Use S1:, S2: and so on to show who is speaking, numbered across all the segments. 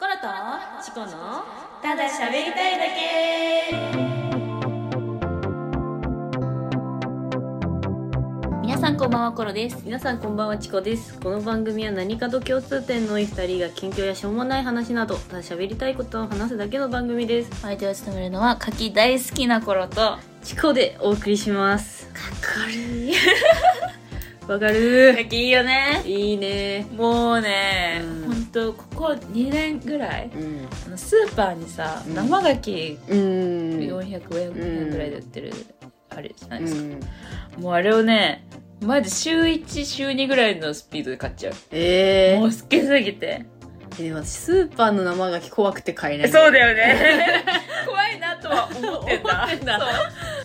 S1: とチコのただ喋りたいだけ皆さんこんばんはコロです
S2: 皆さんこんばんはチコですこの番組は何かと共通点の多い2人が近況やしょうもない話などただ喋りたいことを話すだけの番組です
S1: お相手を務めるのは柿大好きなコロとかっ
S2: チコでお送りします
S1: こいい
S2: わかる
S1: 柿いいよね
S2: いいね
S1: もうね
S2: うん
S1: 本当ここ2年ぐらい
S2: うん
S1: あのスーパーにさ
S2: うん
S1: 生ガキ
S2: うん
S1: 400500円ぐらいで売ってる、あれじゃないですか、
S2: うん
S1: もうあれをねマジ週1週2ぐらいのスピードで買っちゃう
S2: え
S1: も
S2: ー
S1: う、好きすぎて
S2: えでも私スーパーの生ガキ怖くて買えない
S1: そう
S2: よ
S1: だよね 怖いなとは思ってた
S2: 思ってんだ
S1: そ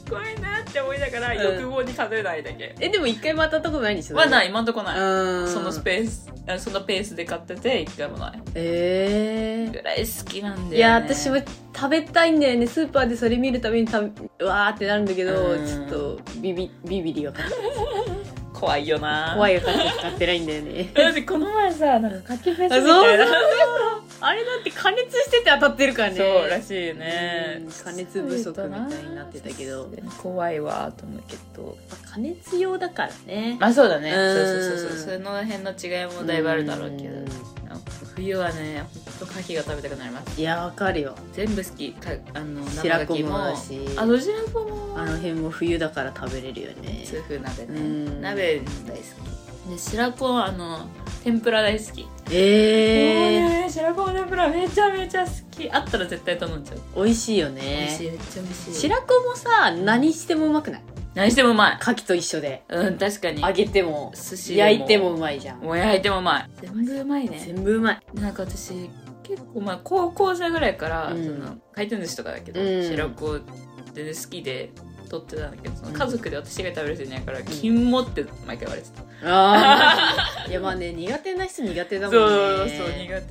S1: う 怖いなって思いながら
S2: うん
S1: 欲望に数えないだけ、
S2: えでも一回も当たったことないんでしょ
S1: はないい今んとこない、
S2: うん
S1: そのスペースあそのペースで買ってて一回もない
S2: えー
S1: ぐらい好きなんだよ、ね、
S2: いや私も食べたいんだよねスーパーでそれ見るたびにたうわーってなるんだけど
S1: うん
S2: ちょっとビビビビりが
S1: 怖いよな
S2: 怖
S1: い
S2: いが使ってないんだよ ね
S1: だってこの前さなんか柿フェスみ
S2: あそう
S1: たいな
S2: あれだって加熱してて当たってるからね
S1: そうらしいね
S2: うん加熱不足みたいになってたけど
S1: 怖いわと思うけど
S2: 加熱用だからね
S1: まあそうだね
S2: うん
S1: そうそうそうそうその辺の違いもだいぶあるだろうけど
S2: ん
S1: 冬はねほんと牡蠣が食べたくなります
S2: いやわかるよ
S1: 全部好きかあの生
S2: 白
S1: 牡
S2: 子
S1: 蠣
S2: も
S1: も
S2: だし
S1: あの白子も
S2: あの辺も冬だから食べれるよね
S1: 痛風鍋
S2: う
S1: ね
S2: ん
S1: 鍋大好きで白子はあの天ぷら大好き
S2: えー、
S1: もうね白子の天ぷらめちゃめちゃ好きあったら絶対頼んじゃう
S2: 美味しいよ
S1: 美味しい
S2: ね
S1: めっちゃ美味しい
S2: 白子もさ何してもうまくない
S1: 何してもうまい
S2: 牡蠣と一緒で
S1: うん確かに
S2: 揚げても
S1: 寿司で
S2: 焼いてもうまいじゃん
S1: もう焼いてもうまい全部うまいね
S2: 全部うまい
S1: なんか私結構まあ高校生ぐらいから、
S2: うん
S1: その回転寿司とかだけど、
S2: うん
S1: 白子全然好きで取ってたんだけどその
S2: うん
S1: 家族で私が食べる人いないから「金も」って毎回言われてた、
S2: ああ いやまあね苦手な人苦手だもん
S1: そうそう
S2: ね
S1: そう苦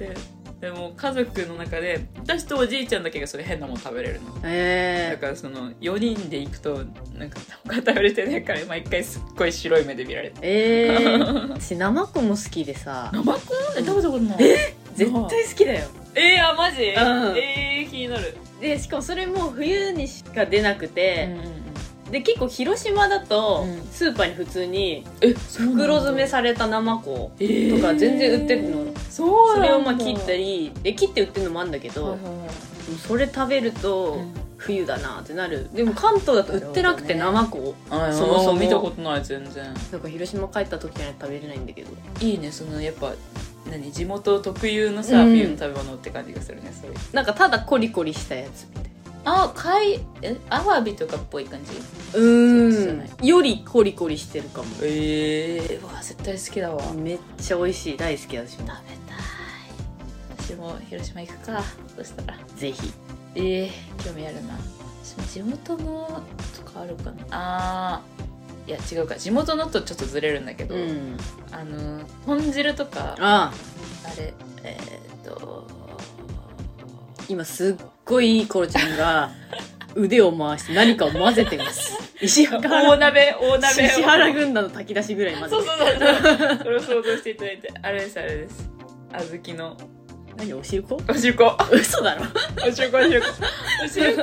S1: 手でも家族の中で私とおじいちゃんだけがそれ変なもん食べれるのだ
S2: え
S1: からその4人で行くとなんか他食べれてないから毎回すっごい白い目で見られて
S2: ー、えー、私生子も好きでさ
S1: 生コーンで食べたことない
S2: 絶対好きだよ
S1: えー、あマジ、
S2: ん
S1: えー、気になる、
S2: でしかもそれも冬にしか出なくて、で結構広島だと
S1: うん
S2: スーパーに普通に
S1: え
S2: 袋詰めされた生子とか全然売ってるの、
S1: そうな
S2: そ
S1: んだ
S2: れをまあ切ったりで切って売ってるのもあるんだけど、
S1: はいはいはい
S2: それ食べると
S1: うん
S2: 冬だなってなるでも関東だと売ってなくて
S1: な
S2: 生子
S1: あ
S2: そもそも
S1: 見たことない全然
S2: なんか広島帰った時には食べれないんだけど
S1: いいねそのやっぱ何地元特有のさ、
S2: うん
S1: 冬の食べ物って感じがするねそういう
S2: なんかただコリコリしたやつみたいな
S1: あ貝えアワビとかっぽい感じ
S2: う
S1: そうじゃな
S2: ーんよりコリコリしてるかも
S1: ええー、うわ絶対好きだわ食べ
S2: めっちゃ美味しい大好き私も
S1: たい私も広島行くかそしたら
S2: ぜひ
S1: ええ興味あるなその地元のとかあるかなあーいや違うか地元のとちょっとずれるんだけど、
S2: うん
S1: あの豚汁とかあ
S2: ああ
S1: れえーっと
S2: 今すっごいいいコロちゃん が腕を回して何かを混ぜてます石
S1: 大
S2: 原
S1: 鍋大鍋を
S2: 石原軍団の炊き出しぐらい混ぜ
S1: そう
S2: て
S1: そうそうそうそれを想像していただいてあれですあれです小豆の
S2: 何おしるこ
S1: おしるこ
S2: 嘘だろ
S1: おしるこおしるこおしるこ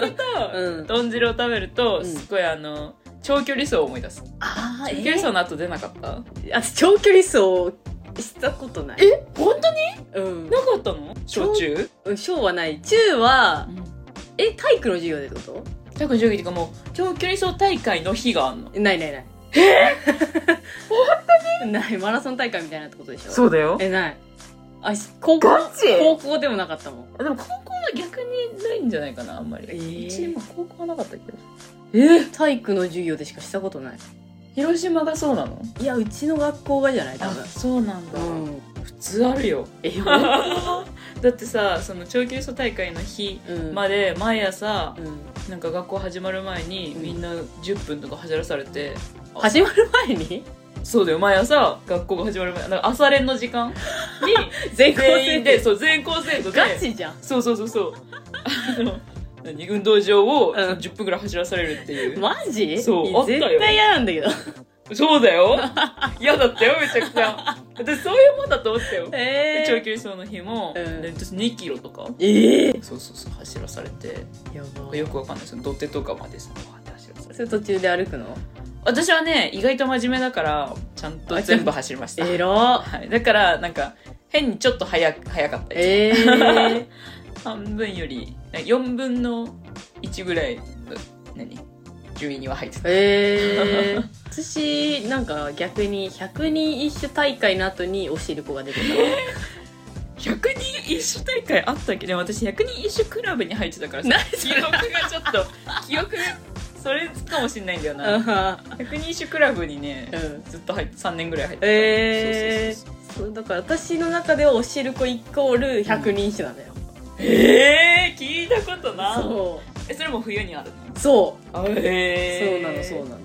S1: と、
S2: うん
S1: 豚汁を食べると
S2: うん
S1: すごいあの長距離走を思い出す
S2: ああ
S1: 長距離走の後出なかった
S2: 私長距離走したことない
S1: え本当に
S2: うん
S1: なかったの小中
S2: うん小はない中はえ体育の授業でってこ
S1: 体育の授業っていうかもう長距離走大会の日があんの
S2: とないないないえ本当に ないマラソン大会みたいなってことでしょ
S1: うだよ
S2: えないあし高校
S1: ガチ
S2: 高校でもなかったもん
S1: でも高校は逆にないんじゃないかなあんまり、
S2: えー
S1: うちも高校はなかったけど
S2: え体育の授業でしかしたことない
S1: 広島がそうなの
S2: いやうちの学校がじゃない多分
S1: そうなんだ、
S2: うん
S1: 普通ある よ
S2: え
S1: だってさその長距離走大会の日
S2: うん
S1: まで毎朝
S2: うん
S1: なんか学校始まる前に
S2: うん
S1: みんな10分とか走らされて、
S2: 始まる前に
S1: そうだよ毎朝学校が始まる前なんか朝練の時 間に
S2: 全校
S1: 全
S2: 生
S1: 員で
S2: で
S1: そう全校生徒で
S2: ガチじゃん
S1: そうそうそうそう。あの、何運動場を
S2: うん
S1: 10分ぐらい走らされるっていう。
S2: マジ
S1: そうあったよ
S2: 絶対嫌なんだけど
S1: そうだよ嫌だったよめちゃくちゃ私そういうもんだと思ったよ
S2: え
S1: で長距離走の日も、
S2: うん
S1: で私2キロとか
S2: ええ
S1: そうそうそう走らされて
S2: やば
S1: よくわかんないです土手とかまでさわーって走らされ
S2: そ
S1: て
S2: れ途中で歩くの
S1: 私はね意外と真面目だからちゃんと全部走りました、
S2: えら
S1: はい、だからなんか変にちょっと早く早かったです
S2: え え
S1: 半分より4分の1ぐらいの何順位には入ってた
S2: ええ 私なんか逆に100人一首大会の後におしるこが出て
S1: 100人一首大会あったっけど私100人一首クラブに入ってたからさ記憶がちょっと記憶がそれかもしんないんだよ
S2: た
S1: な
S2: あ
S1: 100人一首クラブにね
S2: ーうん
S1: ずっと入って3年ぐらい入ってた
S2: ええ
S1: そうそうそうそう
S2: そうだから私の中ではおしるこイコール100人一首なんだよ、
S1: えー、聞いたことない
S2: そ
S1: えそれも冬にある
S2: うそう
S1: の
S2: そう
S1: え
S2: なのそう
S1: の
S2: なの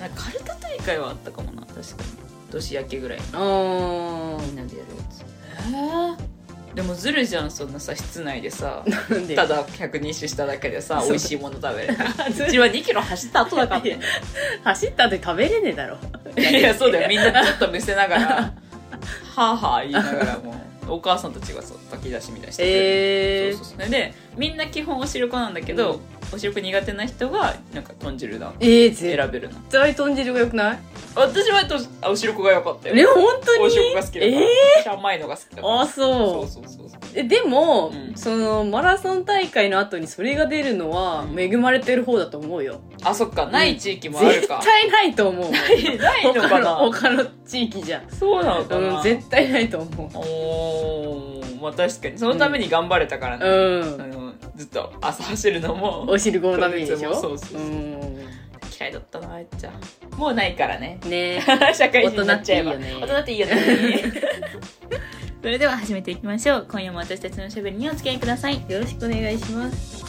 S1: なんかカルタ大会はあったかもな確かに年明けぐらいに
S2: あ
S1: みんなでやるやつえー、でもずるじゃんそんなさ室内でさ
S2: ーなんで
S1: ただ100人一首しただけでさ
S2: そう
S1: 美味しいもの食べれる
S2: ず
S1: うちは2キロ走った後だからね
S2: 走った後に食べれねえだろ
S1: いやいや そうだよみんなちょっとむせながらはあ はあ言いながらもうお母さんたちがそう炊き出しみたいにしてくれる
S2: え
S1: そうそうそうでみんな基本お汁粉なんだけど、
S2: うん
S1: お汁粉苦手な人はなんか豚汁だ
S2: えー、絶
S1: 選べるの
S2: 対豚汁が良くない
S1: 私はとあお汁粉が良かったよ、
S2: え本当に
S1: お汁粉が好きだから、
S2: え
S1: シャンマイのが好きだか
S2: ーあ
S1: ら
S2: あそう
S1: そうそうそう
S2: えでも、
S1: うん
S2: そのマラソン大会の後にそれが出るのは
S1: うん
S2: 恵まれてる方だと思うよ、
S1: あそっかない地域もある
S2: 絶
S1: か、
S2: 対ないと思う
S1: ないのか
S2: 他 の
S1: な
S2: 他の地域じゃ
S1: そうなのかな、
S2: うん絶対ないと思う
S1: おーまあ確かにそのために頑張れたからね、
S2: う
S1: あ
S2: ん
S1: のずっと朝走るのも
S2: お汁粉のためにでしょ
S1: そうそうそう
S2: うん
S1: 嫌いだったなあいっちゃんもうないからね
S2: ね
S1: 社会人になっちゃえば
S2: 大人っていいよね
S1: っていいよねそれでは始めていきましょう今夜も私たちのしゃべりにお付き合いください
S2: よろしくお願いします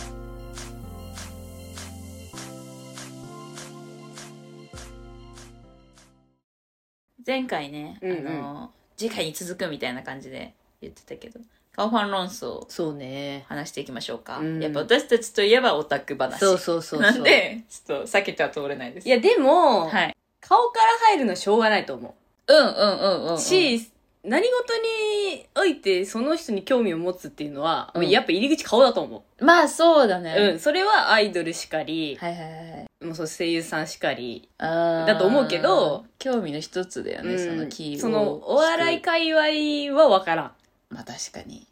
S1: 前回ね、
S2: うんうん
S1: あの次回に続くみたいな感じで言ってたけどカオファン論争
S2: そうね
S1: 話していきましょうか、
S2: うん
S1: やっぱ私たちといえばオタク話
S2: そうそうそうそう
S1: なんでちょっと避けては通れないです
S2: いやでも、
S1: はい
S2: 顔から入るのしょうがないと思
S1: うんうんうんうん、うん、
S2: うし、何事においてその人に興味を持つっていうのは、
S1: うん
S2: やっぱ入り口顔だと思
S1: まあそうだ
S2: う、
S1: ね
S2: うん、それはアイドルしかり、
S1: はいはいはい
S2: もうそう声優さんしかり、
S1: あー
S2: だと思うけど
S1: 興味の一つだよね、そのキーを
S2: そのお笑い界隈は分からん
S1: まあ確かに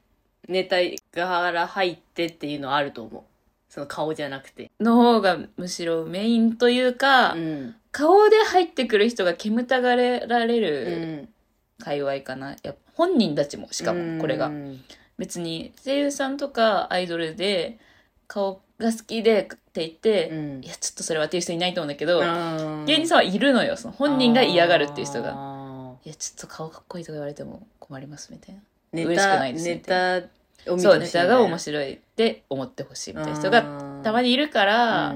S2: ネタから入ってっていうのはあると思うその顔じゃなくて、
S1: の方がむしろメインというか、
S2: うん
S1: 顔で入ってくる人が煙たがられ
S2: う
S1: る
S2: ん、
S1: 界隈かな、やっぱ本人たちもしかもこれが、
S2: うん
S1: 別に声優さんとかアイドルで顔が好きでって言って、
S2: うん
S1: いやちょっとそれはっていう人いないと思うんだけど、
S2: うん
S1: 芸人さんはいるのよその本人が嫌がるっていう人が
S2: あ
S1: いやちょっと顔かっこいいとか言われても困りますみたいな
S2: ーネ
S1: 嬉しく
S2: タ
S1: ないです
S2: ネ
S1: ね
S2: タを見て
S1: そう
S2: ほしい
S1: ん
S2: だよ
S1: ネタが面白いって思ってほしいみたいな人がたま
S2: に
S1: にいるから、っ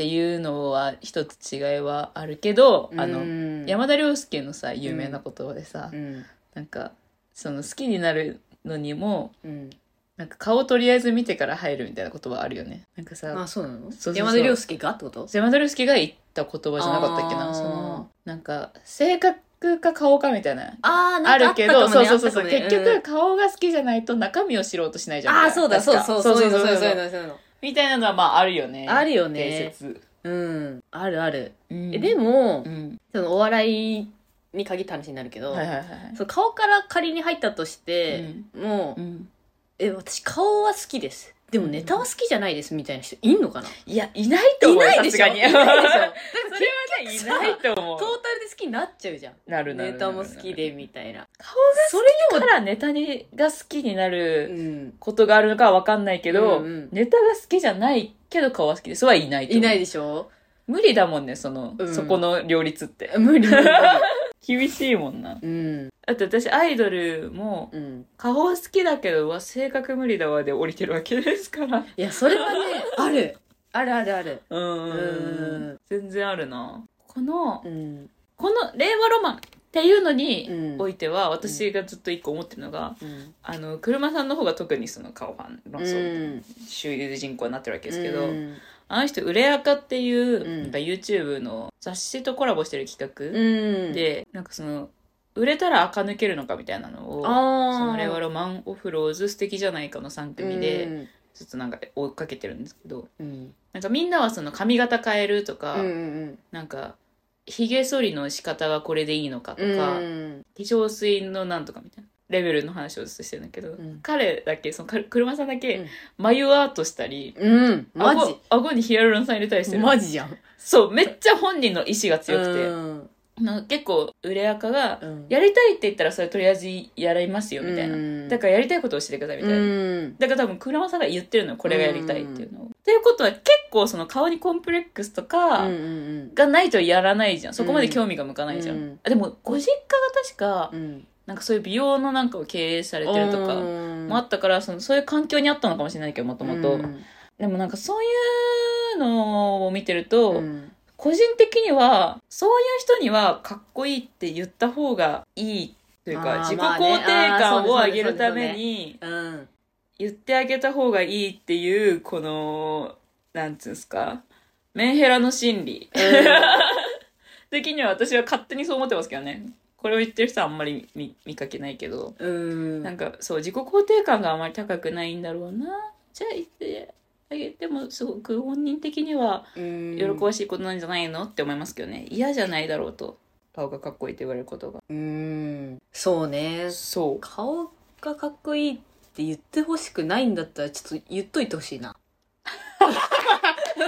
S1: ていうのは一つ違いはあるけど、あの山田涼介のさ有名な言葉でさ、
S2: うん
S1: なんかその好きになるのにも
S2: うん
S1: なんか顔をとりあえず見てから入るみたいな言葉あるよねなんかさ、
S2: あそうなの
S1: そうそう
S2: 山田涼介がってこと
S1: 山田涼介が言った言葉じゃなかったっけ
S2: あ
S1: な
S2: ー
S1: そのなんか性格か顔かみたいな
S2: ああ
S1: あるけど、そうそうそうそう、結局
S2: 局
S1: 顔が好きじゃないと中身を知ろうとしないじゃん。
S2: ああそうだ
S1: 確
S2: そう
S1: か
S2: そうそういうのそういうのそう
S1: そう
S2: いうのそういうの
S1: みたいなのはまああるよね。
S2: あるよ
S1: 定
S2: ね
S1: 説。
S2: うんあるあるえ
S1: え
S2: で、も
S1: うん、
S2: そのお笑いに限った話になるけど
S1: はいはいはい。
S2: その顔から仮に入ったとしてもう
S1: うん
S2: え私顔は好きですでもネタは好きじゃないですみたいな人いんのかない
S1: や、いないと思う。
S2: いないでし
S1: さ
S2: ょ
S1: すがに
S2: いないでしょだか
S1: そ
S2: ら結
S1: れは
S2: 局
S1: ね、い
S2: さ
S1: ない と思
S2: トー
S1: う。
S2: タルで好きになっちゃうじゃん
S1: なるなる
S2: ネタも好きで
S1: なる
S2: みたいな
S1: 顔
S2: それ
S1: が好きからネタにが好きになる
S2: うん
S1: ことがあるのかはわかんないけど、
S2: うんうん
S1: ネタが好きじゃないけど顔は好きですはいないと思う
S2: いないでしょ
S1: 無理だもんね、その、
S2: うん
S1: そこの両立って。
S2: 無理無理
S1: 厳しいもんな。
S2: 無理うん
S1: あと私、アイドルも、
S2: うん
S1: 顔好きだけどうわ性格無理だわで降りてるわけですから
S2: いやそれはねあるあるあるある
S1: うーん全然あるなこの
S2: うん
S1: この令和ロマンっていうの
S2: う
S1: に
S2: ん
S1: おいては、私がずっと一個思ってるのが、
S2: うん
S1: あの車さんの方が特にその顔ファン論争、
S2: うん
S1: 主流人口になってるわけですけど、
S2: うん
S1: あの人「売れ赤っていう、
S2: うん
S1: なんか YouTube の雑誌とコラボしてる企
S2: うん
S1: 画で、なんかその売れたら垢抜けるのかみたいなのをそ
S2: あ
S1: の
S2: あ
S1: 我々マン・オフ・ローズ素敵じゃないかの3組でちょっとなんか追いかけてるんですけど
S2: うんうん
S1: なんかみんなはその髪型変えるとか、
S2: うんうん
S1: なんかひげ剃りの仕方がこれでいいのかと
S2: うん
S1: か、
S2: うん
S1: 化粧水のなんとかみたいなレベルの話をずっとしてるんだけど、
S2: ん
S1: 彼だけそのか車さんだ
S2: うん
S1: け眉アートしたり、
S2: うんマ
S1: 顎顎にヒアルロン酸入れたりして
S2: ジ
S1: る
S2: マジじゃん
S1: そうめっちゃ本人の意志が強
S2: う
S1: く
S2: ん
S1: てなんか結構売れ垢が
S2: うん
S1: やりたいって言ったらそれとりあえずやりますよみたいな
S2: な
S1: だからやりたいことをしてくださいみたいな
S2: うん
S1: だから多分車間さんが言ってるのよこれがやりたいっていうのを。っていうことは結構その顔にコンプレックスとか
S2: うんうん
S1: がないとやらないじゃんそこまで興味が向かないじゃん、
S2: うん
S1: あでもご実家が確か
S2: うん
S1: なんかそういう美容のなんかを経営されてるとかもあ
S2: も
S1: ったからそのそういう環境にあったのかもしれないけどもともとでもなんかそういうのを見てると、個人的にはそういう人にはかっこいいって言った方がいいというか
S2: あー
S1: 自己
S2: まあ
S1: 肯
S2: ね
S1: 定感を
S2: あーそ
S1: 上
S2: うです
S1: げるため
S2: そうです
S1: に
S2: うん
S1: 言ってあげた方がいいっていうこのなんつうんですかメンヘラの心理、的には私は勝手にそう思ってますけどねこれを言ってる人はあんまり見見かけないけど
S2: うん
S1: なんかそう自己肯定感があまり高くないんだろうなじゃあ言ってあげてもすごく本人的には喜
S2: 喜
S1: ばしいことなんじゃないのって思いますけどね嫌じゃないだろうと顔がかっこいいって言われることが
S2: うんそうね
S1: そう
S2: 顔がかっこいいって言ってほしくないんだったらちょっと言っといてほしいな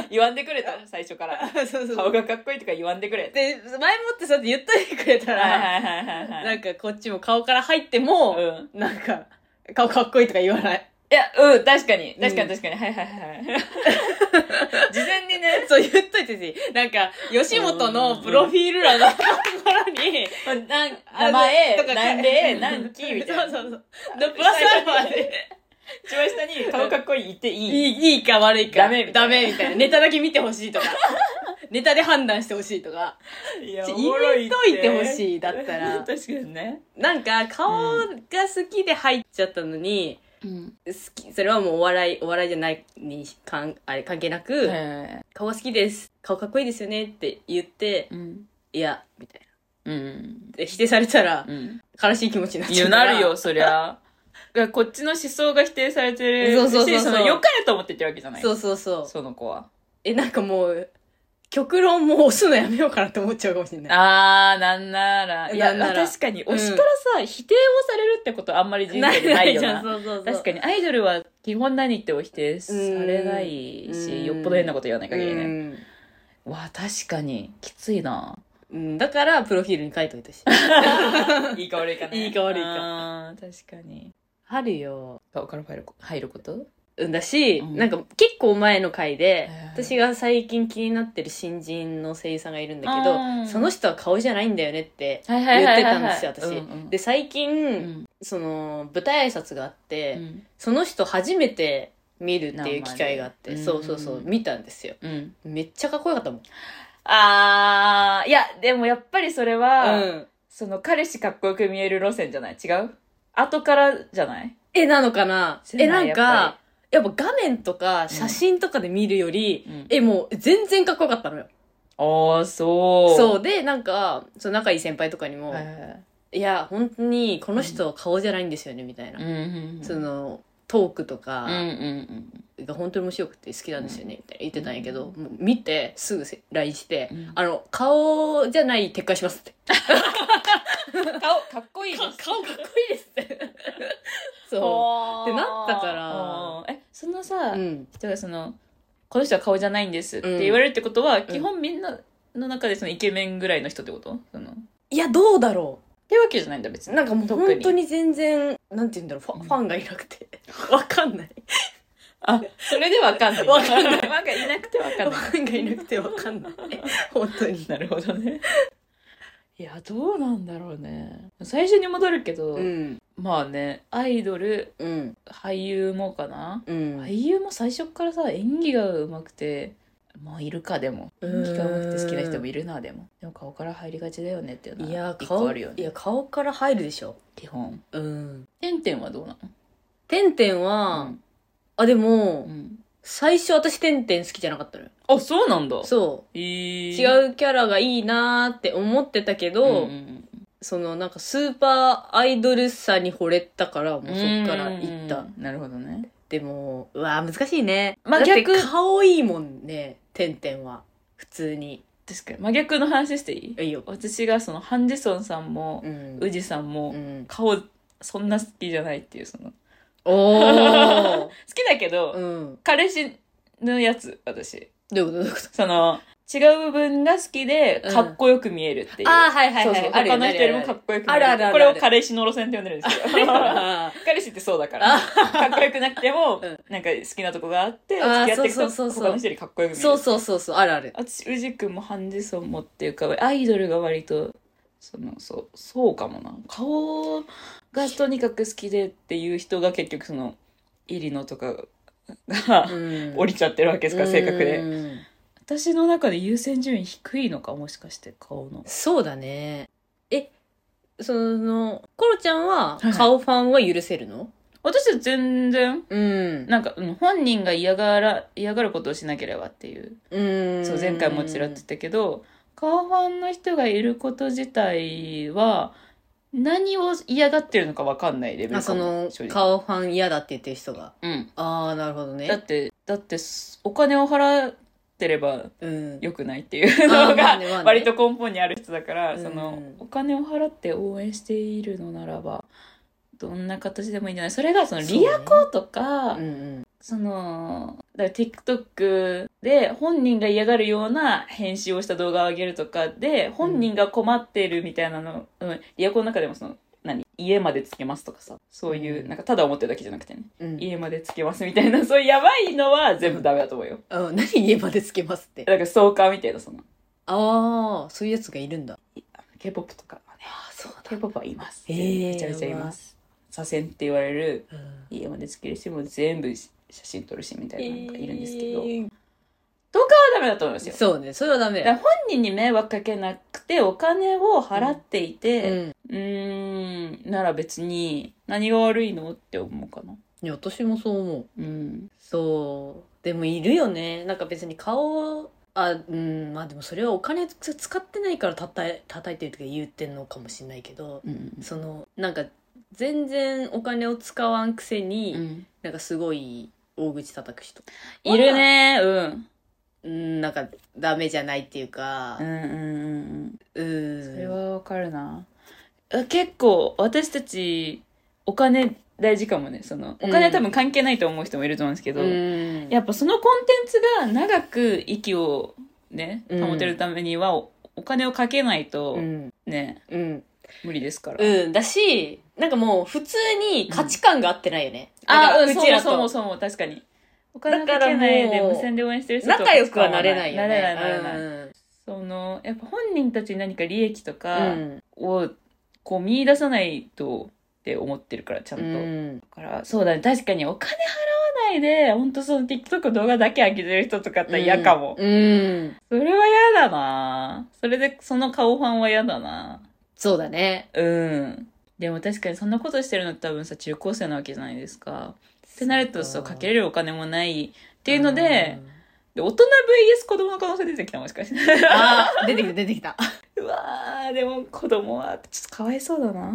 S1: 言わんでくれた最初 から
S2: そうそ
S1: 顔がかっこいいとか言わんでくれって
S2: で前もってそうやって言っといてくれた
S1: はい
S2: ら
S1: はいはいはいはい
S2: なんかこっちも顔から入って も、
S1: うん
S2: なんか顔かっこいいとか言わない
S1: いや、うん、確かに。確か
S2: うん
S1: に確かに。はいはいはい。 事前にね、
S2: そう言っといてしなんか吉本のプロフィール欄のところに
S1: なん
S2: あ
S1: 名前、
S2: とか
S1: 年齢、何期みたいな。
S2: そうそうそうのプラスアルファ で
S1: 一番下に顔かっこいい言って
S2: い
S1: いい。
S2: いいいか悪いか
S1: ダメみたいな
S2: みたいなネタだけ見てほしいとか ネタで判断してほしいとか
S1: いや
S2: ちょ
S1: おもろ
S2: 入れといてほ
S1: いっ
S2: しいだったら
S1: 確かにね。
S2: なんか顔が好きで入っちゃったのに、
S1: うん。
S2: 好きそれはもうお笑いお笑いじゃないにかんあれ関係なく、
S1: え
S2: 顔好きです顔かっこいいですよねって言って
S1: ーうん。
S2: いやみたいな
S1: うん。
S2: で否定されたら
S1: うん。
S2: 悲しい気持ちになっ
S1: い
S2: ちゃ
S1: や、
S2: うから
S1: なるよ、そりゃ。だからこっちの思想が否定されてるし。
S2: そうそうそうそう
S1: の良かれと思って言ってるわけじゃない。
S2: そうそうそう
S1: その子は。
S2: えなんかもう極論もう押すのやめようかなって思っちゃうかもしれない
S1: あー、なんなら。いや、
S2: なんなら
S1: 確かに、推しからさ、否定をされるってことあんまり人生でないよな。
S2: そうそうそう
S1: 確か
S2: に
S1: にアイドルは基本何言っても否定されない
S2: うん
S1: しよっぽど変なこと言わない限りね
S2: ね
S1: わあ確かにきついな
S2: うん、だからプロフィールに書いといたし
S1: いいか悪いか
S2: ね
S1: いいか悪いかあー確かに
S2: あるよ
S1: 顔から入る入ること
S2: うんだし、
S1: うん
S2: なんか結構前の回で
S1: へー
S2: 私が最近気になってる新人の声優さんがいるんだけ
S1: あー
S2: どその人は顔じゃないんだよねって
S1: はい
S2: 言ってたんですよ私、
S1: で
S2: で最近、
S1: うん
S2: その舞台挨拶があって、
S1: うん
S2: その人初めて見るっていう機会があって、
S1: 生で
S2: そうそうそううん見たんですよ
S1: うん
S2: めっちゃかっこよかったもん
S1: あーいやでもやっぱりそれは
S2: うん
S1: その彼氏かっこよく見える路線じゃない違う後からじゃない
S2: えなのかな
S1: じゃない
S2: えなん
S1: やっ
S2: かやっぱ画面とか写真とかで見るより、えもう全然かっこよかったのよ
S1: ああそう
S2: そうでなんかその仲いい先輩とかにも、
S1: はいはいはい
S2: い、や本当にこの人は顔じゃないんですよねみたいな、
S1: うんうんうん
S2: そのトークと
S1: う
S2: か
S1: んうん
S2: が本当に面白くて好きなんですよねみたいな言ってたんやけど、もう見てすぐ LINE して、
S1: うん
S2: あの顔じゃない撤回しますって
S1: うん顔かっこいいです
S2: 顔かっこ いいですってそ
S1: そう
S2: ってなったから
S1: えそのさ、
S2: う、うん、
S1: だからそのこの人は顔じゃないんですって言われるってことは、基本みんなの中でそのイケメンぐらいの人ってことそのっ
S2: いやどうだろ
S1: てわけじゃないんだ別
S2: う
S1: に
S2: なんかもう
S1: 特
S2: 本当に全然なんて言うんだろうファ,、
S1: うん
S2: ファンがいなくて わかんない
S1: あそれで わかんない
S2: わかんない
S1: いなんかいなくてわかんない
S2: ファンがいなくてわかんない本当 に
S1: なるほどねいやどうなんだろうね最初に戻るけど、
S2: うん
S1: まあねアイドル
S2: うん
S1: 俳優もかな
S2: うん
S1: 俳優も最初っからさ演技が上手くてまあいるかでも
S2: うーん
S1: 演技が上手くて好きな人もいるなでもでも顔から入りがちだよねっていうの
S2: い
S1: は
S2: や
S1: 一
S2: 顔
S1: 個あるよ
S2: い
S1: ね
S2: や顔から入るでしょ
S1: 基本
S2: うん
S1: てんてんはどうなの
S2: てんてんは、あでも、
S1: うん
S2: 好最初私てんてん好きじゃなかったのよ。
S1: あ、そうなんだ。
S2: そ
S1: え
S2: う。
S1: ー、う。
S2: 違うキャラがいいなーって思ってたけど、
S1: ん
S2: そのなんかスーパーアイドルさに惚れたから、もうそっから行った。。
S1: なるほどね。
S2: でも、うわー難しいね。
S1: まあ
S2: だって
S1: 逆
S2: 顔いいもんね、てんてんは。普通に。
S1: 確かに。真逆の話していい
S2: いいよ。
S1: 私がそのハンジソンさんも、
S2: うん
S1: ウジさんも、
S2: うん。
S1: 顔そんな好きじゃないっていう、その。好
S2: おー。
S1: きだけど、
S2: うん。
S1: 彼氏のやつ、私。
S2: どういうことどういうこ
S1: その、違う部分が好きで、
S2: うん
S1: かっこよく見えるっていう。
S2: とあー、はいはいはい。
S1: そうそう
S2: あるよ
S1: 他
S2: ね
S1: の人よりもかっこよく見え
S2: あ
S1: る。
S2: るあるある
S1: これを彼氏の路線って呼んでるんですけど。
S2: あ
S1: 彼氏ってそうだか
S2: ー
S1: ら。
S2: あ
S1: かっこよくなくても、
S2: うん
S1: なんか好きなとこがあって、付き
S2: あー
S1: 合っていくと、
S2: そうそうそうそう
S1: 他の人よりかっこよく見える。
S2: そうそうそうそう、あるあ る。
S1: 私、宇治くんもハンジソンもっていうか、アイドルが割と、その、そう、そうかもな。顔がとにかく好きでっていう人が結局その、イリノとかが、
S2: うん
S1: 降りちゃってるわけですから、性格で。
S2: うん
S1: 私の中で優先順位低いのか、もしかして顔の。
S2: そうだね。え、その、コロちゃんは
S1: はい
S2: 顔ファンは許せるの、
S1: 私は全然、
S2: うん。
S1: なんか、うん本人が嫌がら、嫌がることをしなければっていう。
S2: うん。
S1: そう前回もちらっと言ったけど顔ファンの人がいること自体は何を嫌がってるのか分かんないレベ
S2: あ
S1: ルか
S2: そ
S1: も
S2: の
S1: 正直
S2: 顔ファン嫌だって言ってる人が。
S1: うん、
S2: ああ、なるほど
S1: だっ
S2: ね。
S1: てだってお金を払ってれば
S2: うん。
S1: 良くないっていうの
S2: まあ
S1: が
S2: ねまあね
S1: 割と根本にある人だから、
S2: うん
S1: そのお金を払って応援しているのならばどんな形でもいいんじゃないそれがそのリア
S2: コ
S1: とか
S2: うんうん。
S1: その、だから TikTok で本人が嫌がるような編集をした動画を上げるとかで、本人が困ってるみたいなの、うん、リアコンの中でもその、何家までつけますとかさ、そういう、
S2: うん
S1: なんかただ思ってるだけじゃなくてね、
S2: うん。
S1: 家までつけますみたいな、 そういうやばいのは全部ダメだと思うよ。
S2: あ何家までつけますって。
S1: だからストーカーみたいな、その、
S2: ああ、そういうやつがいるんだ。
S1: K-POP とかはね、
S2: ああ、そうだ。
S1: K-POP はいます。
S2: へー
S1: めちゃめちゃいます。左遷って言われる、家までつける人も全部写真撮るしみたいな、なんかいるんですけど、
S2: えー
S1: それはダメだと思いますよ。
S2: そうね、それはダメ
S1: だから
S2: だ。
S1: 本人に迷惑かけなくてお金を払っていうて、
S2: ん。
S1: うーんなら別に何が悪いのって思うかな。
S2: いや、私もそう思
S1: う
S2: う。
S1: ん。
S2: そう。でもいるよね。なんか別に顔、あ、うん、まあでもそれはお金つ使ってないからたたえ叩いてるとか言ってんのかもしれないけど、
S1: うん。
S2: その、なんか全然お金を使わんくせに、
S1: うん
S2: なんかすごい大口叩く人。
S1: いるねうん。
S2: うん、なんかダメじゃないっていうか
S1: うんう、んうんう
S2: う。
S1: んん。それはわかるな。あ結構私たちお金大事かもね。そのお金は多分関係ないと思う人もいると思うんですけど、
S2: うん。
S1: やっぱそのコンテンツが長く息をね、
S2: うん
S1: 保てるためにはおお金をかけないと
S2: うん。
S1: ね、
S2: うん。
S1: 無理ですから。
S2: うん。だし、なんかもう普通に価値観が合ってないよね。
S1: あ、うん、
S2: なんか
S1: そうも
S2: と
S1: そうもそうも、確かに。お金
S2: だ
S1: か
S2: から
S1: けないで
S2: もう
S1: 無線で応援してる人と
S2: 仲良くはなれないよね。
S1: なれない、なれない。
S2: うん
S1: その、やっぱ本人たちに何か利益と
S2: う
S1: か
S2: ん
S1: を、こう見出さないとって思ってるから、ちゃんと。だ
S2: ん、
S1: から、そうだね、確かにお金払わないで、ほんとその TikTok の動画だけ上げてる人とかって嫌かも。
S2: うん。
S1: それは嫌だなそれで、その顔ファンは嫌だな
S2: そうだね。
S1: うん。でも確かにそんなことしてるのって多分さ、中高生なわけじゃないですか。ってなるとそうかけれ
S2: るっ
S1: るお金もないっていうので,、、で大人 VS 子供の可能性出てきたもしかして
S2: あー出てきた出 てきた。
S1: うわーでも子供はちょっとかわいそうだな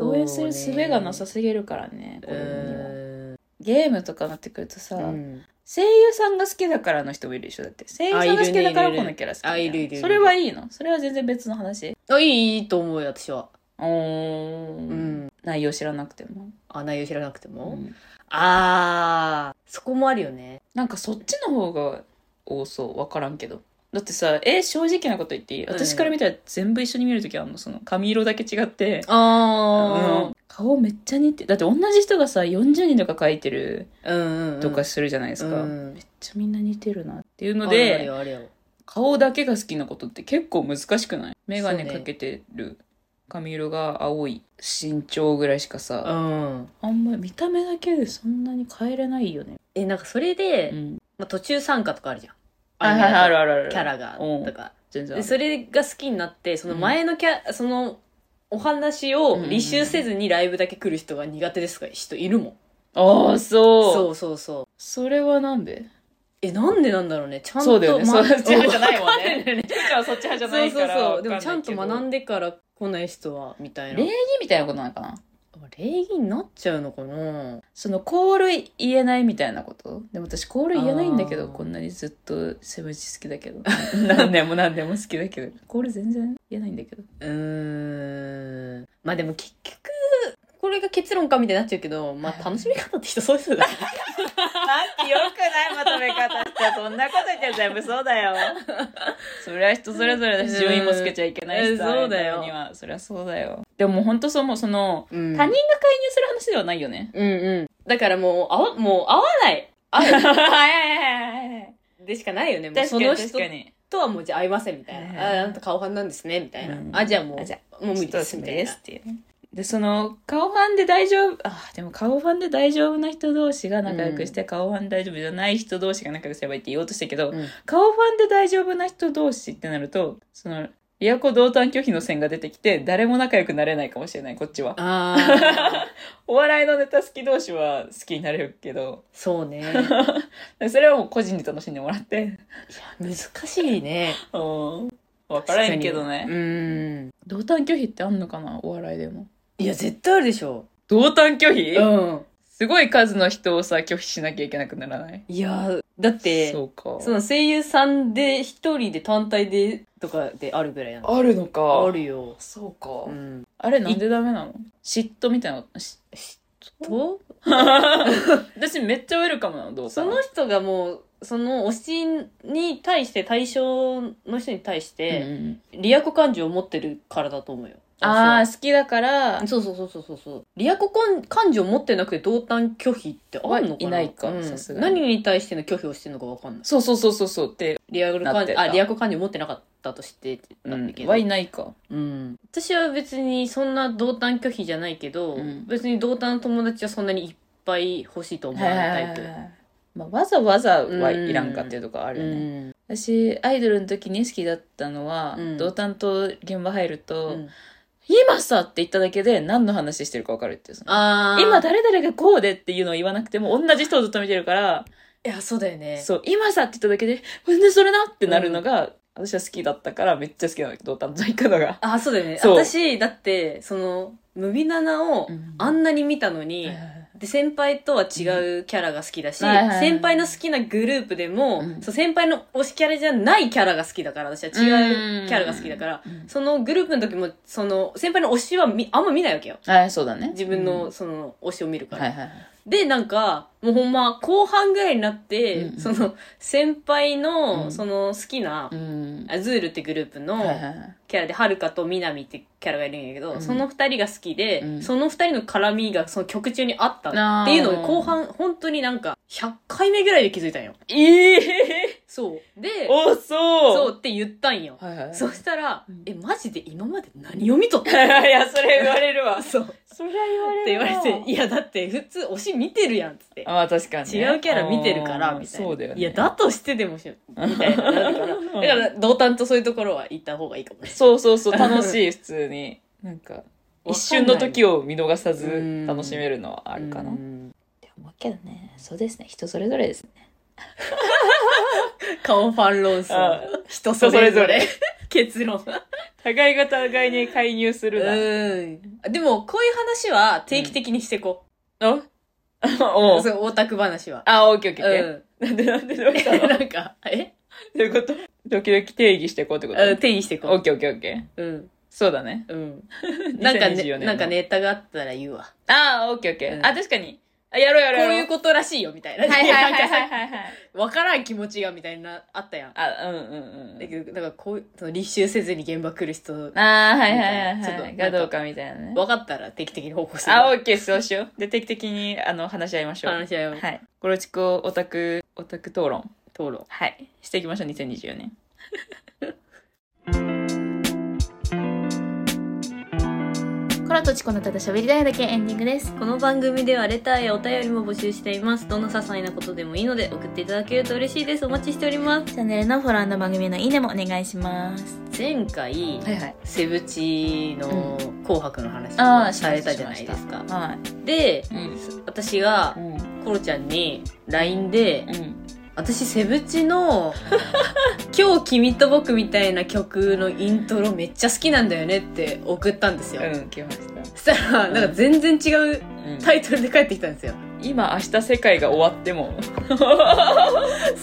S1: 応援する術がなさすぎるからね子供
S2: う
S1: には
S2: ん。
S1: ゲームとかなってくるとさ、
S2: うん
S1: 声優さんが好きだからの人もいるでしょだって声優さんが好きだか
S2: あ
S1: ら
S2: い
S1: こ
S2: るねいるね
S1: のキャラ好きみた
S2: あ
S1: いない
S2: るいるいる
S1: それはいいのそれは全然別の話
S2: あ、いい、いいと思うよ、私は。
S1: おー、
S2: うん。
S1: 内容知らなくても、
S2: あ、内容知らなくて
S1: う
S2: も。
S1: ん
S2: あー、そこもあるよね。
S1: なんかそっちの方が多そう分からんけどだってさえ正直なこと言っていい
S2: うん
S1: 私から見たら全部一緒に見るときあんのその髪色だけ違って、
S2: あ
S1: うん顔めっちゃ似てだって同じ人がさ40人とか描いてる
S2: ー。うん。うん。
S1: とかするじゃないですか、
S2: う
S1: めっ
S2: ん
S1: ちゃみんな似てるなっていうの
S2: ある
S1: で
S2: よ、あるよ。
S1: 顔だけが好きなことって結構難しくない眼鏡
S2: そうね
S1: かけてる髪色が青い身長ぐらいしか
S2: う
S1: さ、
S2: ん。
S1: あんま見た目だけでそんなに変えれないよね、
S2: え、なんかそれで、
S1: うん、
S2: まあ途中参加とかあるじゃん。
S1: あはいはいあるあるある
S2: キャラが、
S1: うん
S2: とか。
S1: 全然あ
S2: で
S1: る
S2: それが好きになってその前のキャ、そのお話を履修せずにライブだけ来る人が苦手ですが人いるもん、
S1: ああそう
S2: そうそうそう
S1: それはなんで
S2: え、なんでなんだろうね。ちゃんと。
S1: そうだよね
S2: ま
S1: そっ ち 派じゃないもんね
S2: わかんないよね。
S1: ピッチャーはそっち派じゃな
S2: そう
S1: い
S2: そ
S1: か
S2: う
S1: ら
S2: そう。でもちゃんと学
S1: で
S2: んでから来ない人は、みたいな
S1: 礼儀。みたいなことなのかな
S2: 礼儀になっちゃうのかな
S1: そのコール言えないみたいなことでも私コール言えないんだけ
S2: あ
S1: ど
S2: ー
S1: こんなにずっとセブチ好きだけど 何年も何年も好きだけどコール全然言えないんだけど
S2: うーん。まあでも結局、これが結論かみたいになっちゃうけど、まあ楽しみ方って人それぞれ だ。
S1: あんきよくないまとめ方してそんなこと言って全部そうだよ それは人それぞれだし順位もつけちゃいけないしさ
S2: うんそうだよ
S1: ああいうのにはそりゃそうだよでも本当そうもうその
S2: うん
S1: 他人が介入する話ではないよ ね
S2: うんうん。だからもう、あわ、もう合わない。あ
S1: はいはいはいはい
S2: でしかないよね。もう
S1: 確か
S2: そ
S1: に
S2: の人
S1: 確かに
S2: とはもうじゃあ合いませんみたい
S1: はい
S2: な。
S1: はい
S2: あ、あなた顔半なんですね、みたいな。
S1: うん
S2: あ、じゃあもう、
S1: あじゃ
S2: もう無理です、みたい
S1: で
S2: な
S1: す。っていうねでその顔ファンで大丈夫あでも顔ファンで大丈夫な人同士が仲良くして、顔ファン大丈夫じゃない人同士が仲良くすればいいって言おうとしたけど、
S2: うん
S1: 顔ファンで大丈夫な人同士ってなるとそのリアコ同担拒否の線が出てきて誰も仲良くなれないかもしれないこっちは
S2: ああ、
S1: お笑いのネタ好き同士は好きになれるけど
S2: そうね。い や、
S1: それはもう個人で楽しんでもらって
S2: 難しいね。
S1: うん分からへんけど
S2: 確
S1: ね
S2: かにうん。
S1: 同担拒否ってあんのかなお笑いでも
S2: いや、絶対あるでしょ。
S1: 同担拒否
S2: うん。
S1: すごい数の人をさ、拒否しなきゃいけなくならない
S2: いや、だって、
S1: そうか。
S2: その声優さんで一人で単体でとかであるぐらいなの。
S1: あるのか。
S2: あ。るよ。
S1: そうか。
S2: うん。
S1: あれなんでダメなの嫉妬みたいな。し
S2: と
S1: 私めっちゃウェルカムなの、どう
S2: その人がもう、その推しに対して、対象の人に対して、リアコ感情を持ってるからだと思うよ。
S1: ああ、好きだから
S2: 私は、そうそうそうそうそうそう。リアコ感感情を持ってなくて同担拒否ってあるのかな
S1: はいないか
S2: うん
S1: さすがに
S2: 何に対しての拒否をしてるのかわかんない。
S1: そうそうそうそうそうって、
S2: リアル
S1: な
S2: 感
S1: って
S2: 情、
S1: た
S2: あ、リアコ感情を持ってなかったとしてって
S1: う
S2: なっ
S1: ん
S2: たけ、ど。
S1: はいないか。
S2: うん、私は別にそんな同担拒否じゃないけど、
S1: うん
S2: 別に同担の友達はそんなにいっぱい欲しいと思わないタイプ。
S1: まあ、わざわざはいらんかっていうとこあるよね。
S2: うん
S1: 私、アイドルの時に好きだったのは、
S2: うん
S1: 同担と現場入ると、
S2: うん
S1: 今さって言っただけで何の話してるか分かるっていう。その
S2: あー
S1: 今誰々がこうでっていうのを言わなくても同じ人をずっと見てるから、
S2: いや、そうだよね。
S1: そう、今さって言っただけで、ほんでそれなってなるのが、私は好きだったからめっちゃ好きなの、同担と行くのが。
S2: あ、そうだよね。
S1: そう
S2: 私、だって、その、ムビナナを
S1: うん
S2: あんなに見たのに、で、先輩とは違うキャラが好きだし、
S1: はいはいはい
S2: 先輩の好きなグループでも、
S1: うん
S2: そう先輩の推しキャラじゃないキャラが好きだから、私は違うキャラが好きだから、
S1: うん
S2: そのグループの時も、その、先輩の推しはみあんま見ないわけよ。
S1: あそうだね。
S2: 自分
S1: う
S2: の
S1: ん
S2: その推しを見るから、
S1: はいはい。
S2: でなんかもうほんま後半ぐらいになって、
S1: うんうん
S2: その先輩の、
S1: うん
S2: その好きな、
S1: うん。
S2: アズールってグループ
S1: はいはい
S2: の
S1: はい
S2: キャラで、はるかとみなみってキャラがいるんやけど、
S1: うん
S2: その二人が好きで、
S1: うん
S2: その二人の絡みがその曲中にあった
S1: あー
S2: っていうのを後半本当になんか100回目ぐらいで気づいたんよ
S1: ええ
S2: そうで
S1: お、そう
S2: そうって言ったんよ、
S1: はいはい。
S2: そしたら、
S1: うん
S2: えマジで今まで何を見とっ
S1: いや、それ言われるわ
S2: た。 そうって
S1: それは言われ
S2: 言
S1: る
S2: わ
S1: わ。
S2: れて「いやだって普通推し見てるやん」っつって
S1: ああ、確かにね。
S2: 違うキャラ見てるから
S1: あー
S2: みたいな。
S1: そうだよね。
S2: いや、だとしてで もしようみたいな。だから、だから同担とそういうところは行った方がいいかもね。
S1: そうそうそう、楽しい、普通に。なんか、一瞬の時
S2: を
S1: を見逃さ
S2: う
S1: ず
S2: ん
S1: 楽しめるのはあ
S2: あ
S1: るかな。
S2: な。
S1: 思うけどね、そうですね、人それぞれですね。
S2: 顔ファン論
S1: あ
S2: 争。人
S1: 人それぞ れ。。
S2: 結論。
S1: 互いが互いに介入するな。
S2: うん。でも、こういう話は定期的にしてこ
S1: あ
S2: う。
S1: お う
S2: そう、オタク話は。
S1: あ、オッケーオッケーオッケー。
S2: う
S1: なんでなんでどうした
S2: ん。
S1: のど
S2: なんか、え
S1: ういうこと時々定義していこうってこと
S2: うん定義して
S1: オ
S2: こ
S1: ッケーオッケーオッケー。
S2: う。うん。
S1: そうだね。
S2: うん。なんか
S1: 2024
S2: ね、
S1: 年の
S2: なんかネタがあったら言うわ。
S1: ああ、オッケーオッケー。
S2: うん
S1: あ、確かに。あ、やろうや
S2: こ
S1: ろう
S2: う
S1: やろう。
S2: いうことらしいよ、みたいな。
S1: はいはいはい
S2: な
S1: は
S2: ん
S1: い
S2: か
S1: はいはい。
S2: さわからん気持ちが、みたいな、あったやん。
S1: あ、うんうんうん。
S2: だけど、だからこう、その履修せずに現場来る人、分
S1: ああ、はいはいはい
S2: みたいなちょ
S1: は
S2: っ
S1: い。
S2: と
S1: がどうかみたいなね。
S2: かったら定期的に報告する。
S1: あ、オッケー、そうしよう。で、定期的に、あの、話し合いましょう。
S2: 話し合いを
S1: はい。ゴロチコオタク、オタク討論。
S2: 討論。
S1: はい。していきましょう、2024年。
S3: コロとチコのただ喋りたいだけエンディングです。
S2: この番組ではレターやお便りも募集しています。どんな些細なことでもいいので送っていただけると嬉しいです。お待ちしております。
S3: チャンネルのフォロー番組へのいいねもお願いします。
S2: 前回、
S1: いはい。
S2: セブチの紅白の話
S1: あー
S2: をされたじゃないですか。
S1: は
S2: で、
S1: い。うん。
S2: 私が
S1: うん。
S2: コロちゃんに、 LINE で
S1: うん。
S2: 私セブチの 「今日君と僕」みたいな曲のイントロめっちゃ好きなんだよねって送ったんですよ、
S1: うん、来ました。
S2: そしたらなんか全然違う
S1: うん
S2: タイトルで帰ってきたんですよ
S1: 今、明日世界が終わっても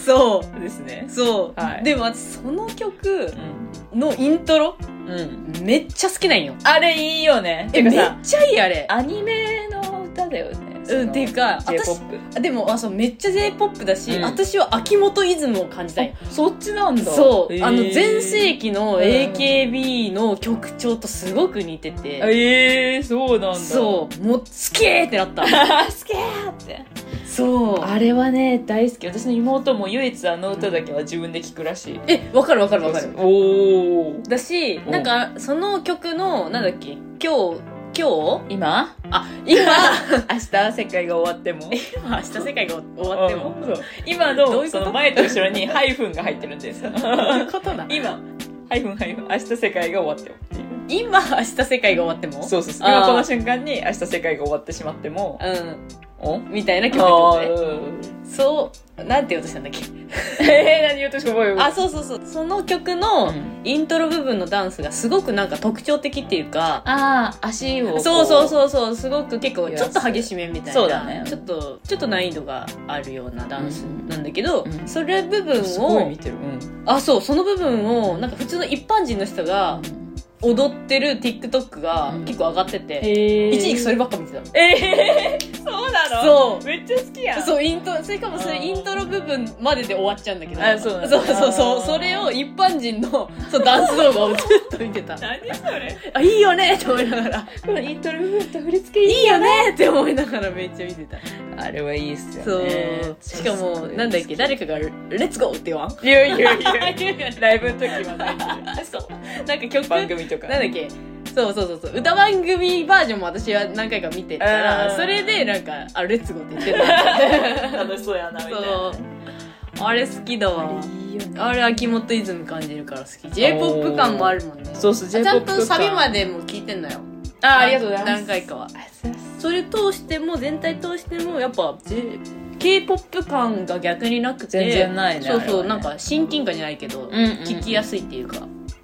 S2: そ
S1: ですね
S2: う。そう、
S1: はい
S2: でも私その曲
S1: うん。
S2: のイントロ
S1: うん。
S2: めっちゃ好きなんよ
S1: あれいいよね。
S2: え
S1: て
S2: め
S1: か
S2: っ
S1: さ、
S2: ちゃいいあれ
S1: アニメの歌だよね。その
S2: うんっていうか
S1: J-POP。
S2: でもあそうめっちゃ j p o p だし、
S1: うん
S2: 私は秋元イズムを感じたんよ
S1: あそっちなんだ。
S2: そう、
S1: えー
S2: あの全盛。期の
S1: うん
S2: AKB の曲調とすごく似てて、
S1: ええー、そうなんだ。
S2: そうもう好きーって なった
S1: あ好きーって
S2: そう
S1: あれはね大好き私の妹も唯一あの歌だけは自分で聴くらしい
S2: えわかるわかるわかる
S1: おお
S2: だし
S1: うん
S2: なんかその曲のなんだっけ今日今日
S1: 今
S2: あ今
S1: 明日世界が終わっても
S2: 今 明日世界が終わっても、
S1: うんそう今の
S2: どういうこ
S1: そ
S2: と
S1: の前と後ろにハイフンが入ってるんです
S2: どういうことだ
S1: 今ハイフンハイフン明日世界が終わってもっていう
S2: 今明日世界が終わっても
S1: そうそうそう
S2: あー
S1: 今この瞬間に明日世界が終わってしまっても
S2: うん
S1: お
S2: みたいな曲ってこ
S1: あ
S2: とね
S1: ー
S2: そうなんて言おうとしたんだっけ
S1: えー、何言うとしか覚え
S2: あそうそうそうその曲のイントロ部分のダンスがすごくなんか特徴的っていうか
S1: あー足を
S2: そうそう
S1: う
S2: そうそうすごく結構ちょっと激しめみたいな
S1: そうだね
S2: ちょっとちょっと難易度があるようなダンスなんだけど、
S1: うんうん
S2: それ部分
S1: すごい
S2: を
S1: 見てるうん
S2: あそうその部分をなんか普通の一般人の人が踊ってる TikTok が
S1: うん
S2: 結構上がってて、
S1: え
S2: 一時期そればっか見てたの
S1: えー、そうなの
S2: そう
S1: めっちゃ好きやん
S2: そうイントそれかもそれ
S1: あー
S2: イントロ部分までで終わっちゃうんだけど
S1: あそうなんだ
S2: そうそうそう
S1: あー
S2: それを一般人のそうダンス動画をずっと見てた
S1: 何それ
S2: あいいよねって思いながら
S1: このイントロ部分と振り付け
S2: いいよねって思いながらめっちゃ見てた
S1: あれはいいっす
S2: そ
S1: よ
S2: う
S1: ね。
S2: しかもなんだっけ誰かが「レッツゴー」って言わん
S1: 言う言う言うライブの時はないけ
S2: そうなんか曲
S1: ど番
S2: なんだっ
S1: 組とか
S2: けそうそうそうそう歌番組バージョンも私は何回か見てた
S1: あ
S2: ら
S1: ー
S2: それでなんか「あレッツゴー」って言って た
S1: 楽しそうやなみたいな
S2: そうあれ好きだわ
S1: いいよね
S2: あれ秋元イズム感じるから好き j p o p 感もあるもんね
S1: そうそう
S2: あちゃん
S1: J-POP
S2: とサビまでも聞いてんのよ
S1: あありがとうございます
S2: 何回かは
S1: ありがとうございます
S2: それ通しても全体通してもやっぱ J k p o p 感が逆になくて
S1: 全然ないね
S2: そう
S1: あれ
S2: そ
S1: は
S2: う
S1: ね
S2: なんか親近感じゃないけど、
S1: うんうん
S2: 聞きやすいっていうか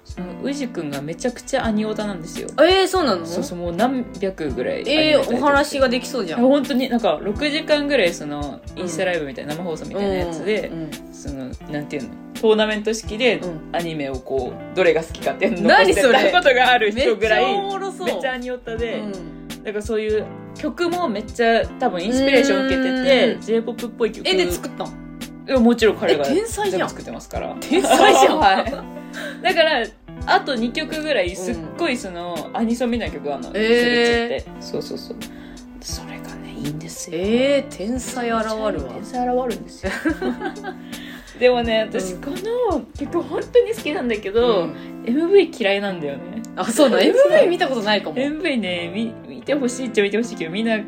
S1: その宇治くんがめちゃくちゃ兄オタなんですよ
S2: えー、そうなの
S1: そうそうもう何百ぐらい
S2: え
S1: アニメ
S2: ー、お話ができそうじゃん
S1: 本当になんか6時間ぐらいそのインスタライブみたいな生放送みたいなやつで
S2: う、ん
S1: そのなんていうのトーナメント式で
S2: うん
S1: アニメをこうどれが好きかっていうのを残
S2: 何
S1: して
S2: それ
S1: たことがある
S2: め
S1: 人
S2: っ
S1: ぐ
S2: ち
S1: ら
S2: ゃお
S1: い
S2: もろそう
S1: めっちゃアニオタで、
S2: うん
S1: だからそういう曲もめっちゃ多分インスピレーション受けて
S2: う
S1: て
S2: ん
S1: j p o p っぽい曲
S2: えで作ったん
S1: いやもちろん彼が
S2: え天才じゃ
S1: 全
S2: ん
S1: 部作ってますから
S2: 天才じゃん
S1: はい だからあと2曲ぐらいすっごいその、アニソンみたいな曲があるの、
S2: え
S1: スレッチってそうそうそうそれがねいいんですよ
S2: えー、天才現るわ
S1: 天才現るんですよ でもね私
S2: うん
S1: この曲本当に好きなんだけど、MV 嫌いなんだよね
S2: あそうだ MV 見たことないかも
S1: MV ね見見てほしいっちゃ見てほしいけど見な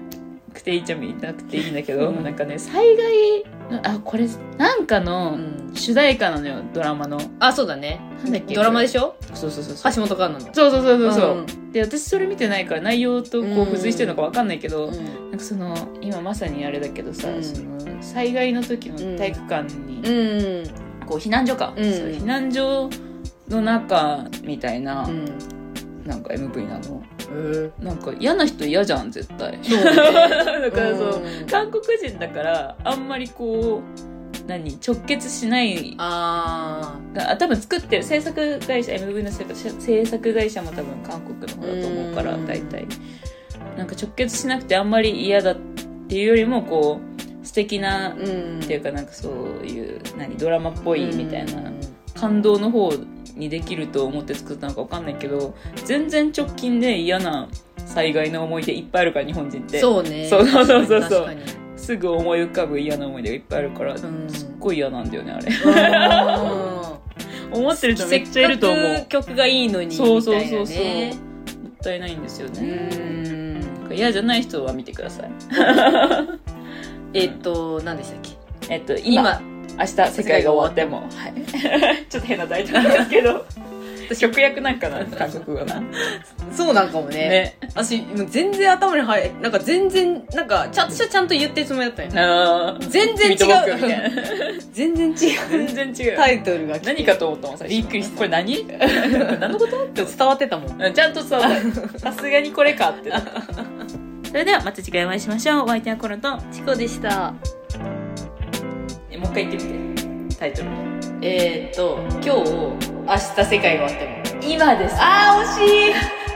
S1: くていいっちゃ見なくていいんだけど、
S2: うん
S1: なんかね災害のあこれなんかの、
S2: うん
S1: 主題歌なのよドラマの
S2: あそうだね
S1: なんだっけ
S2: ドラマでしょ
S1: そうそうそうそう
S2: 橋本環奈の
S1: そうそうそうそうそううんで私それ見てないから内容とこう付随してるのかわかんないけど、
S2: うん
S1: なんかその今まさにあれだけどさ、
S2: うん
S1: その災害の時の体育館に、
S2: うん
S1: こう避難所か、
S2: うん
S1: そう避難所の中みたいな、
S2: うん
S1: なんか MV なの
S2: うん
S1: なんか嫌な人嫌じゃん絶対
S2: そう
S1: だからそう、
S2: うん
S1: 韓国人だからあんまりこう何直結しない
S2: あー
S1: があ多分作ってる制作会社 MV の制作制作会社も多分韓国の方だと思うから
S2: うん
S1: 大体なんか直結しなくてあんまり嫌だっていうよりもこう素敵な、っ
S2: うん
S1: ていうかなんかそういう何ドラマっぽいみたいな、
S2: うん
S1: 感動の方にできると思って作ったのかわかんないけど全然直近で嫌な災害の思い出いっぱいあるから日本人って
S2: そうね
S1: そうそうそうそうそう
S2: 確かに確
S1: すぐ思い浮かぶ嫌な思い出がいっぱいあるから、
S2: かにうん
S1: すっごい嫌なんだよねあれ
S2: うん
S1: 思ってる人めっちゃいると思う
S2: せっかく曲がいいのにみたいな、
S1: そ
S2: ね、
S1: うそうそうそう、もったいないんですよ
S2: う
S1: ね。
S2: ーん
S1: なんか嫌じゃない人は見てください。
S2: えっ、と何でしたっけ
S1: えっと、今、
S2: 今
S1: 明日世界が終わっても。はい。ちょっと変なタイトルなんですけど。
S2: 私
S1: 食薬なんかな、韓国語 な。
S2: そうなんかもね
S1: ね。
S2: 私もう全然頭に入なんか全然なんかちゃんとしたちゃんと言ってるつもりだったよ
S1: あー
S2: 全然違
S1: ミートボックスみた
S2: う
S1: いな。
S2: 全然違う
S1: 全然違う。
S2: タイトルが来て
S1: 何かと思ったもん、最初。
S2: びっくりした
S1: これ何何のことって思っ
S2: 伝わってたもん
S1: たうんちゃんとさ、 さすがにこれかってなった。
S3: それではまた次回お会いしましょう。お相手はコロと、
S2: チコでした
S1: えもう一回言ってみて。タイトル。
S2: えー、っと今日明日世界はあっても
S1: 今です。
S2: あー惜しい